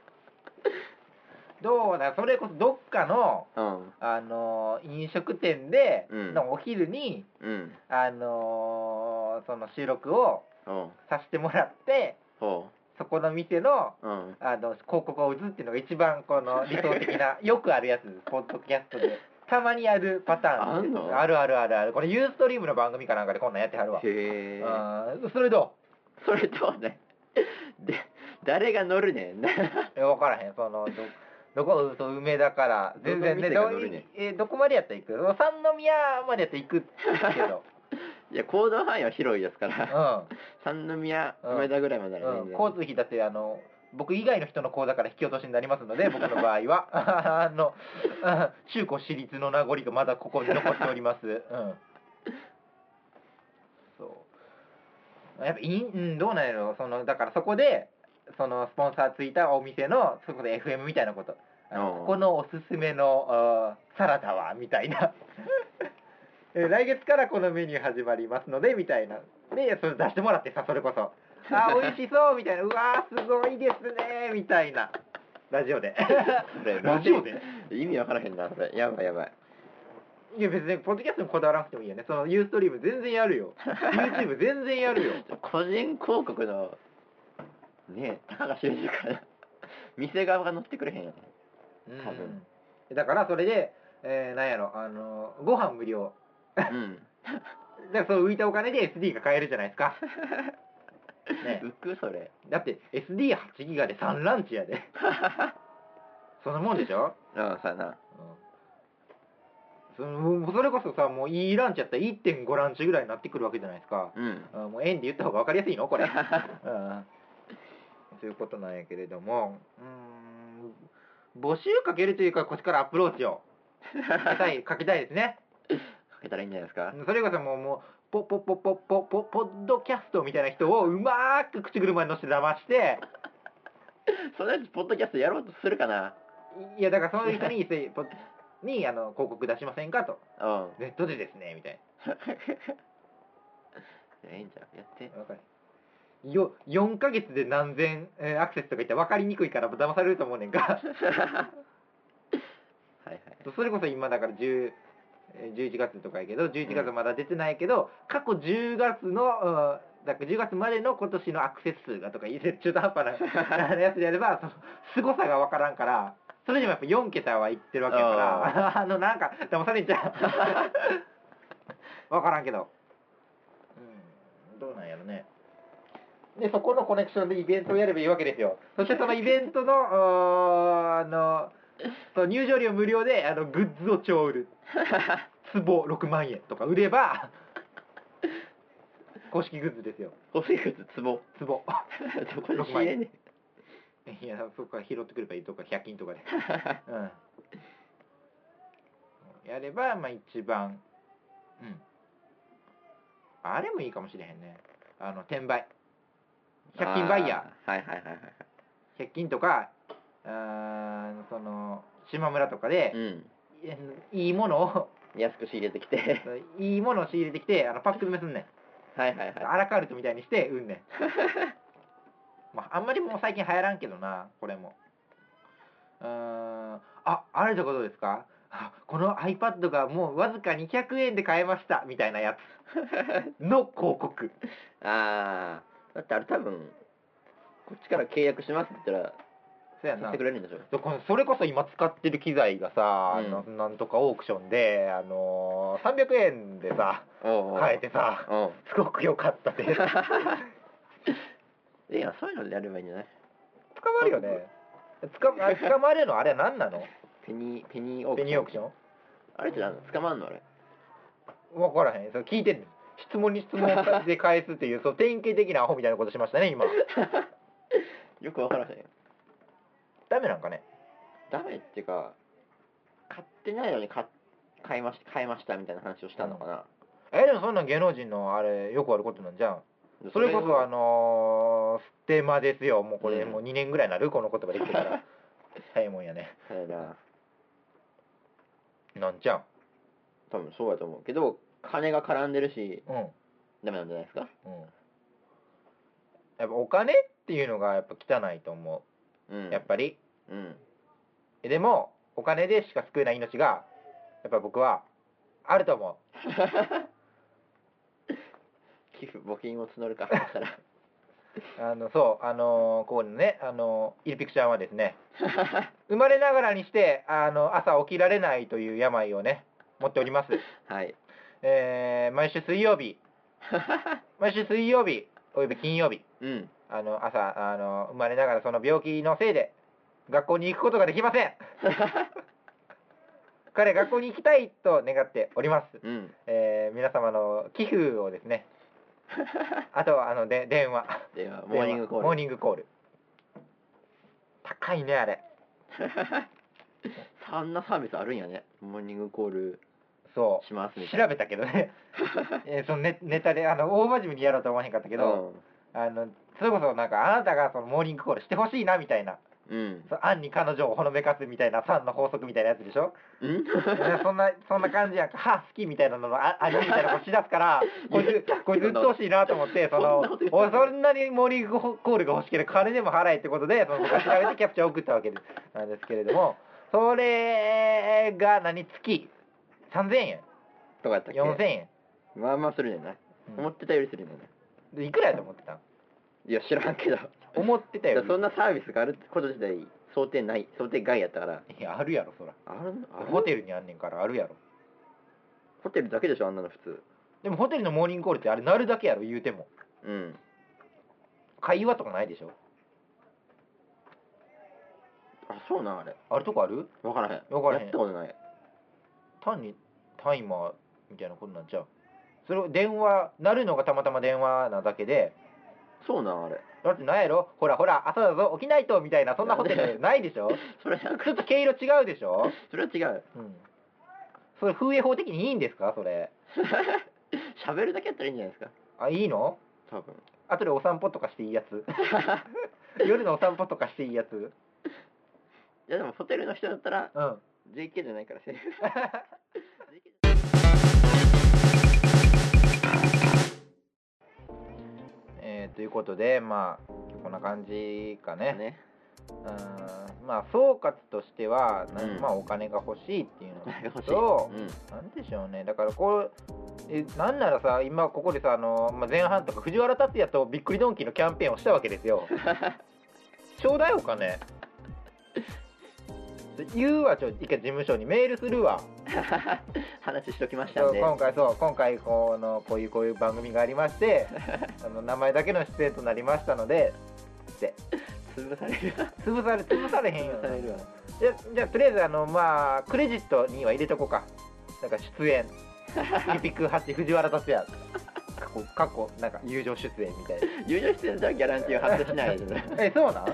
Speaker 1: どうだそれこそどっかの、
Speaker 2: あうん
Speaker 1: あのー飲食店で
Speaker 2: うん
Speaker 1: のお昼に、
Speaker 2: うん
Speaker 1: あのーその収録を
Speaker 2: うん
Speaker 1: させてもらって
Speaker 2: ほ
Speaker 1: そこの店の
Speaker 2: ううん
Speaker 1: あの広告を打つっていうのが一番こ
Speaker 2: <laughs>
Speaker 1: の理想的なよくあるやつですポッドキャストでたまにあるパターンです
Speaker 2: あんの
Speaker 1: あるあるあるあるこれユーストリームの番組かなんかでこんなんやってはるわ
Speaker 2: へえ
Speaker 1: あーそれどう
Speaker 2: それとはね <laughs> で誰が乗るねん <laughs>
Speaker 1: え分からへんそのどどこそう梅だから全然ね
Speaker 2: ど
Speaker 1: ど
Speaker 2: の店がどれね
Speaker 1: えどこまでやったら行く三宮までやったら行くけ
Speaker 2: <laughs>
Speaker 1: ど、
Speaker 2: いや行動範囲は広いですから
Speaker 1: う
Speaker 2: 三宮
Speaker 1: うん
Speaker 2: 梅田ぐらいまでなら
Speaker 1: んう
Speaker 2: 全
Speaker 1: ん、
Speaker 2: 然
Speaker 1: 交通費だってあの僕以外の人の口座から引き落としになりますの
Speaker 2: <laughs>
Speaker 1: で僕の場合は <laughs> あのうん中古私立の名残がまだここに残っております、うん、そうやっぱいい、うん、どうなんやろそのだからそこでそのスポンサーついたお店のそこで FM みたいなことあの
Speaker 2: うん
Speaker 1: ここのおすすめのあーサラダはみたいな <laughs> え来月からこのメニュー始まりますのでみたいなでそれ出してもらってさそれこそあー美味しそうみたいなうわーすごいですねみたいなラジオで
Speaker 2: それ
Speaker 1: ラジオで
Speaker 2: <laughs> 意味わからへんなそれやばいやばい
Speaker 1: いや別にポッドキャストにこだわらなくてもいいよねそのユーストリーム全然やるよ YouTube 全然やるよ
Speaker 2: 個人広告のねえたかが知れてるから店側が乗ってくれへんよね多分
Speaker 1: うん、だからそれで、えー、なんやろあのご飯無料 <laughs>
Speaker 2: うん
Speaker 1: だからその浮いたお金で SD が買えるじゃないですかね
Speaker 2: 浮くそ
Speaker 1: <laughs>
Speaker 2: れ
Speaker 1: だって SD8 ギガで3ランチやでそんなもんでしょ、
Speaker 2: うんさあな
Speaker 1: うん、そのもうそれこそさもういいランチやったら1.5ランチぐらいになってくるわけじゃないですか、
Speaker 2: <laughs> うん
Speaker 1: うん、もう円で言った方が分かりやすいのこれ、うん、そういうことなんやけれどもうーん募集かけるというかこっちからアプローチをかけたいかけたいですね
Speaker 2: かけたらいいんじゃないですか
Speaker 1: それこそもうもうポポポポポポポッドキャストみたいな人をうまーく口車に乗せて騙して
Speaker 2: <laughs> それポッドキャストやろうとするかない
Speaker 1: やだからそういう人にせいポにあの広告出しませんかと
Speaker 2: うん <laughs>
Speaker 1: ネットでですねみたい
Speaker 2: いやいいんじゃんやって <laughs>
Speaker 1: なわかるよ4ヶ月で何千、えーアクセスとかいったら分かりにくいから騙されると思うねんか
Speaker 2: はいはい
Speaker 1: それこそ今だから10えー11月とかやけど11月まだ出てないけど、過去10月の、うんだから10月までの今年のアクセス数がとかいう中途半端なあのやつでやればその凄さが分からんからそれでもやっぱ4桁はいってるわけやからあのなんか騙されち <laughs> ゃう分からんけど、うん、どうなんやろねでそこのコネクションでイベントをやればいいわけですよそしてそのイベントのあーあのそう入場料無料であのグッズを超売る壺6万円とか売れば公式グッズですよ
Speaker 2: おせ靴ツボ
Speaker 1: 壺
Speaker 2: <laughs> どこで仕入れんねん
Speaker 1: <laughs> いやそこから拾ってくればいいとか100均とかでうんやればまあ一番うんあれもいいかもしれへんねあの転売100均バイヤ
Speaker 2: あーはいはいはいはい
Speaker 1: ー100均とかあーその島村とかで、
Speaker 2: うん
Speaker 1: いいものを
Speaker 2: 安く仕入れてきて <laughs>
Speaker 1: いいものを仕入れてきてあのパック詰めすんねん
Speaker 2: はいはいは
Speaker 1: アラカルトみたいにして売んね
Speaker 2: <laughs>
Speaker 1: ん、まあ、あんまりもう最近流行らんけどなこれもうーんああれとかどうですかあこの iPad がもうわずか200円で買えましたみたいなや
Speaker 2: い <laughs>
Speaker 1: つの広告
Speaker 2: ああだってあれ多分こっちから契約しますって言ったら
Speaker 1: そうやん
Speaker 2: さ
Speaker 1: な
Speaker 2: せてくれるんでしょ
Speaker 1: でこのそれこそ今使ってる機材がさ、
Speaker 2: うん
Speaker 1: ななんとかオークションで、あのー300円でさ
Speaker 2: おうおう
Speaker 1: 買えてさ
Speaker 2: おう
Speaker 1: すごく良かったです
Speaker 2: <laughs> いやそういうのでやればいいんじゃない
Speaker 1: 捕まるよね捕ま捕まるのあれは何なの
Speaker 2: ペニーペニーオーク
Speaker 1: ペニーオークション
Speaker 2: あれってなんの捕まんのあれ <laughs>
Speaker 1: 分からへんそれ聞いてる質問に質問で返すっていうその典型的なアホみたいなことしましたね今
Speaker 2: よくわからへんよ
Speaker 1: ダメなんかね
Speaker 2: ダメっていうか買ってないのに買っ買いました買いましたみたいな話をしたのかな、
Speaker 1: えでもそんなん芸能人のあれよくあることなんじゃん
Speaker 2: で
Speaker 1: それこそあ
Speaker 2: を
Speaker 1: のー、ステマですよもうこれ、
Speaker 2: うん
Speaker 1: もう2年ぐらいになるこの言葉できてたら <laughs> 早いもんやね
Speaker 2: そうやな
Speaker 1: なんじゃん
Speaker 2: 多分そうやと思うけど金が絡んでるし
Speaker 1: うん
Speaker 2: ダメなんじゃないですか
Speaker 1: うんやっぱお金っていうのがやっぱ汚いと思
Speaker 2: う
Speaker 1: う、
Speaker 2: ん
Speaker 1: やっぱり
Speaker 2: うん <laughs>
Speaker 1: でもお金でしか救えない命がやっぱ僕はあると思
Speaker 2: 寄付募金を
Speaker 1: <laughs>
Speaker 2: 募るかそしたら
Speaker 1: うあのそうあのーここにねあのーイルピクちゃんはですね生まれながらにしてあの朝起きられないという病をね持っております、
Speaker 2: <laughs> はい
Speaker 1: えー毎週水曜日毎週水曜日および金曜日 <laughs>
Speaker 2: うん
Speaker 1: あの朝あの生まれながらその病気のせいで学校に行くことができません彼学校に行きたいと願っております、 <laughs>
Speaker 2: うん
Speaker 1: えー皆様の寄付をですねあとはあので電話
Speaker 2: ではモーニングコール
Speaker 1: モーニングコール高いねあれ
Speaker 2: そんな <laughs> サービスあるんやねモーニングコール
Speaker 1: そう
Speaker 2: しますみたい
Speaker 1: 調
Speaker 2: な
Speaker 1: べたけどね、 <laughs> えーそのネネタであの大真面目にやろうと思わへんかったけど、あのそれこそなんかあなたがそのモーニングコールしてほしいなみたいな
Speaker 2: うん
Speaker 1: その暗に彼女をほのめかすみたいな3の法則みたいなやつでし <laughs> ょ
Speaker 2: うん
Speaker 1: そんなそんな感じやんかは好きみたいなののあありみたいなのをしだす <laughs> からこい
Speaker 2: 言っ
Speaker 1: つ
Speaker 2: たっけ
Speaker 1: こいつ鬱陶しいなと思ってその
Speaker 2: そんなこと言った
Speaker 1: おいそんなにモーニングコールが欲しければ金でも払えってことでその僕が調べてキャプチャーを送ったわけですなんですけれどもそれが何月3000円
Speaker 2: とかやったっけ
Speaker 1: 4000円
Speaker 2: まあまあするねんな、
Speaker 1: うん
Speaker 2: 思ってたよりするねんな
Speaker 1: でいくらやと思ってたん
Speaker 2: いや知らんけど
Speaker 1: 思ってたよ
Speaker 2: <laughs> だ
Speaker 1: り
Speaker 2: からそんなサービスがあるってこと自体想定ない想定外やったから
Speaker 1: いやあるやろそら
Speaker 2: あるある
Speaker 1: ホテルにあんねんからあるやろ
Speaker 2: ホテルだけでしょあんなの普通
Speaker 1: でもホテルのモーニングコールってあれなるだけやろ言うても
Speaker 2: うん
Speaker 1: 会話とかないでしょ
Speaker 2: あそうなんあれ
Speaker 1: あれとかある
Speaker 2: 分からへん
Speaker 1: 分からへん
Speaker 2: やったことない
Speaker 1: 単にタイマーみたいなことになっちゃうそれを電話なるのがたまたま電話なだけで
Speaker 2: そうなんあれ
Speaker 1: だってないやろほらほら朝だぞ起きないとみたいなそんなホテルないでしょ
Speaker 2: <laughs> それは
Speaker 1: ちょっと毛色違うでしょ
Speaker 2: それは違う <laughs>
Speaker 1: うんそれ風営法的にいいんですかそれ
Speaker 2: 喋るだけやったらいいんじゃないですか
Speaker 1: あいいの
Speaker 2: 多分 <laughs>
Speaker 1: 後でお散歩とかしていいやつ夜のお散歩とかしていいやつ
Speaker 2: いやでもホテルの人だったら
Speaker 1: うん
Speaker 2: JK じゃないからセーフ
Speaker 1: えーということでまあこんな感じかね
Speaker 2: ね
Speaker 1: うんまあ総括としては、な
Speaker 2: うん
Speaker 1: まあお金が欲しいっていうの
Speaker 2: お金が欲しい
Speaker 1: と、
Speaker 2: うん <laughs>
Speaker 1: なんでしょうねだからこうえなんならさ今ここでさあの、まあ、前半とか藤原竜也とびっくりドンキーのキャンペーンをしたわけです
Speaker 2: <laughs>
Speaker 1: よちょうだいお金言うわちょ一回事務所にメールするわ
Speaker 2: 話しときました
Speaker 1: そ
Speaker 2: ん
Speaker 1: う
Speaker 2: で
Speaker 1: 今回そう今回このこういうこういう番組がありまして
Speaker 2: <laughs>
Speaker 1: あの名前だけの出演となりましたので
Speaker 2: 潰される
Speaker 1: 潰され潰されへんよ
Speaker 2: 潰されるわ
Speaker 1: じゃじゃあとりあえずあのまあクレジットには入れとこうかなんか出演リピック8藤原達也過去過去なんか友情出演みたい
Speaker 2: 友情出演じゃギャランティーは発生しないで <laughs> しょ
Speaker 1: な <laughs> えそうなん
Speaker 2: い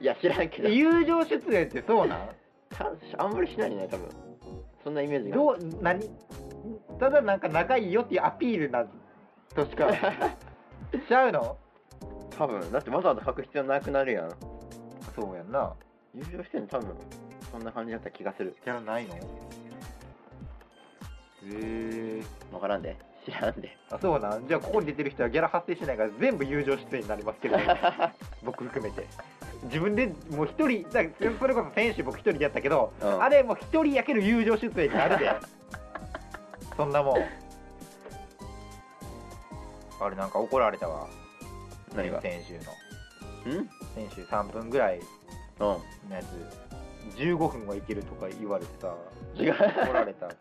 Speaker 2: や知らんけど
Speaker 1: 友情出演ってそうなん
Speaker 2: たあんまりしないんじゃない多分そんなイメージが
Speaker 1: どう何ただなんか仲いいよっていうアピールなとしかしちゃうの
Speaker 2: <laughs> 多分だってわざわざ書く必要なくなるやん
Speaker 1: そうやんな
Speaker 2: 優勝してんの多分そんな感じだった気がする
Speaker 1: キャラないのえ
Speaker 2: 分からんで知らんで <laughs>
Speaker 1: あそうなんじゃあここに出てる人はギャラ発生しないから全部友情出演になりますけど、ね、僕含めて自分でもう一人だからそれこそ選手僕一人でやったけど、
Speaker 2: うん
Speaker 1: あれもう一人やける友情出演になる <laughs> でそんなもん <laughs> あれなんか怒られたわ
Speaker 2: 何が
Speaker 1: 先週の
Speaker 2: うんうん
Speaker 1: 先週3分ぐらいのやつ15分はいけるとか言われてさ
Speaker 2: 違う
Speaker 1: 怒られた <laughs>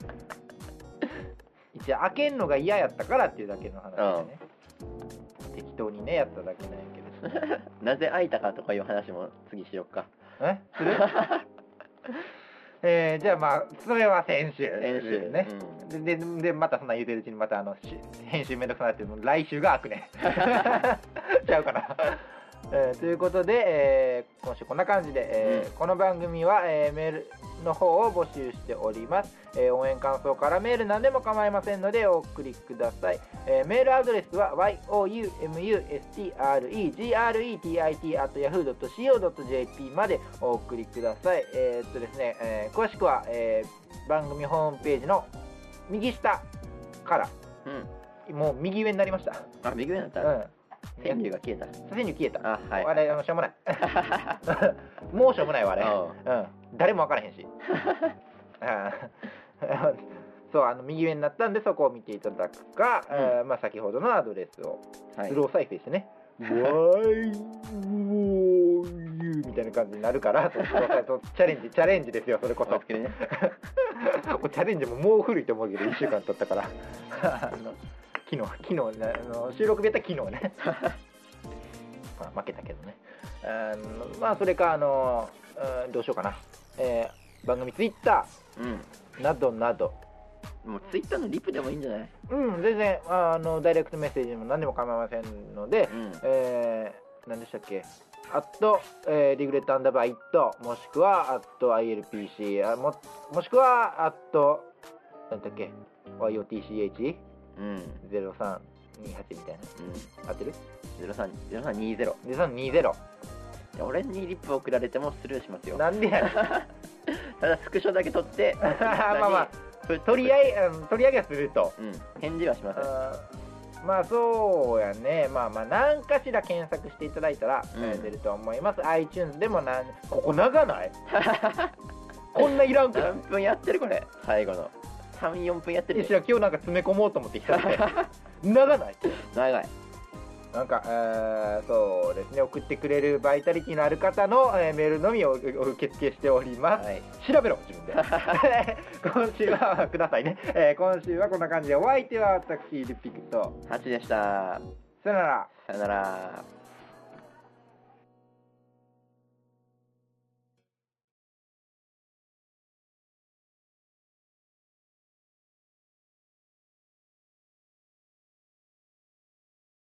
Speaker 1: 一応開けんのが嫌やったからっていうだけの話でね、適当にねやっただけなんやけど
Speaker 2: なぜ会いたかとかいう話も次しよっか
Speaker 1: えするえーじゃあまあそれは先週
Speaker 2: 先週
Speaker 1: ね、
Speaker 2: うん
Speaker 1: でででまたそんなん言うてるうちにまたあのし編集めんどくさなってもう来週が開くねちゃうかな、えーということで、えー今週こんな感じで、えー
Speaker 2: うん
Speaker 1: この番組は、えーメールの方を募集しております、えー応援感想からメール何でも構いませんのでお送りください、えーメールアドレスは youmustregretiti.yahoo.co.jp までお送りくださいえーっとですね、えー詳しくは、えー番組ホームページの右下から
Speaker 2: うん
Speaker 1: もう右上になりました
Speaker 2: あ右上だっ
Speaker 1: う
Speaker 2: た
Speaker 1: ん
Speaker 2: 川柳が消えた
Speaker 1: 左に消えた
Speaker 2: あはい
Speaker 1: あれあのしょうもない <laughs> もうしょうもないわあれ
Speaker 2: うん
Speaker 1: うん、誰も分か
Speaker 2: <laughs>
Speaker 1: らへんしうんそうあの右上になったんでそこを見ていただくか、
Speaker 2: うん
Speaker 1: うんまあ、先ほどのアドレスを
Speaker 2: はい
Speaker 1: スロー再生してね「
Speaker 2: は
Speaker 1: わ
Speaker 2: い
Speaker 1: ーいおーゆーみたいな感じになるから <laughs> そうそうそうチャレンジチャレンジですよそれこそ
Speaker 2: おつけね
Speaker 1: もうチャレンジももう古いと思うけど1週間経ったから <laughs> あの昨日昨日ねあの収録日やったら昨日ね <laughs> まあ負けたけどねあのまあそれかあのうんどうしようかな、えー番組ツイッタ
Speaker 2: う
Speaker 1: ーなどなど
Speaker 2: んもうツイッターのリプでもいいんじゃない
Speaker 1: うん全然あのダイレクトメッセージも何でも構いませんので、
Speaker 2: うん
Speaker 1: えー何でしたっけアット、えーリグレットアンダーバーイットもしくはアット ILPC あももしくはアット何だっけ YOTCH0328
Speaker 2: うんうん
Speaker 1: みたいな合ってる
Speaker 2: 03 0320
Speaker 1: ?0320
Speaker 2: いや俺にリップ送られてもスルーしますよ
Speaker 1: なんでやねん
Speaker 2: ただスクショだけ撮って
Speaker 1: <laughs> まあまあ
Speaker 2: それ
Speaker 1: 取り合いうん取り上げはすると
Speaker 2: うん返事はしません
Speaker 1: あーまあそうやねまあまあ何かしら検索していただいたら、
Speaker 2: うん
Speaker 1: えー出ると思います iTunes でもなんここ長ない <laughs> こんないらんくない
Speaker 2: 何分やってるこれ最後の34分やってる
Speaker 1: 石田今日なんか詰め込もうと思ってきた
Speaker 2: <laughs>
Speaker 1: んで長ない
Speaker 2: 長い
Speaker 1: なんか、えーそうですね送ってくれるバイタリティのある方の、えーメールのみをおお受け付けしております、
Speaker 2: はい
Speaker 1: 調べろ自分
Speaker 2: <laughs>
Speaker 1: で今週は <laughs> くださいね、えー今週はこんな感じでお相手は私リピクト
Speaker 2: 8でした
Speaker 1: さよなら
Speaker 2: さよなら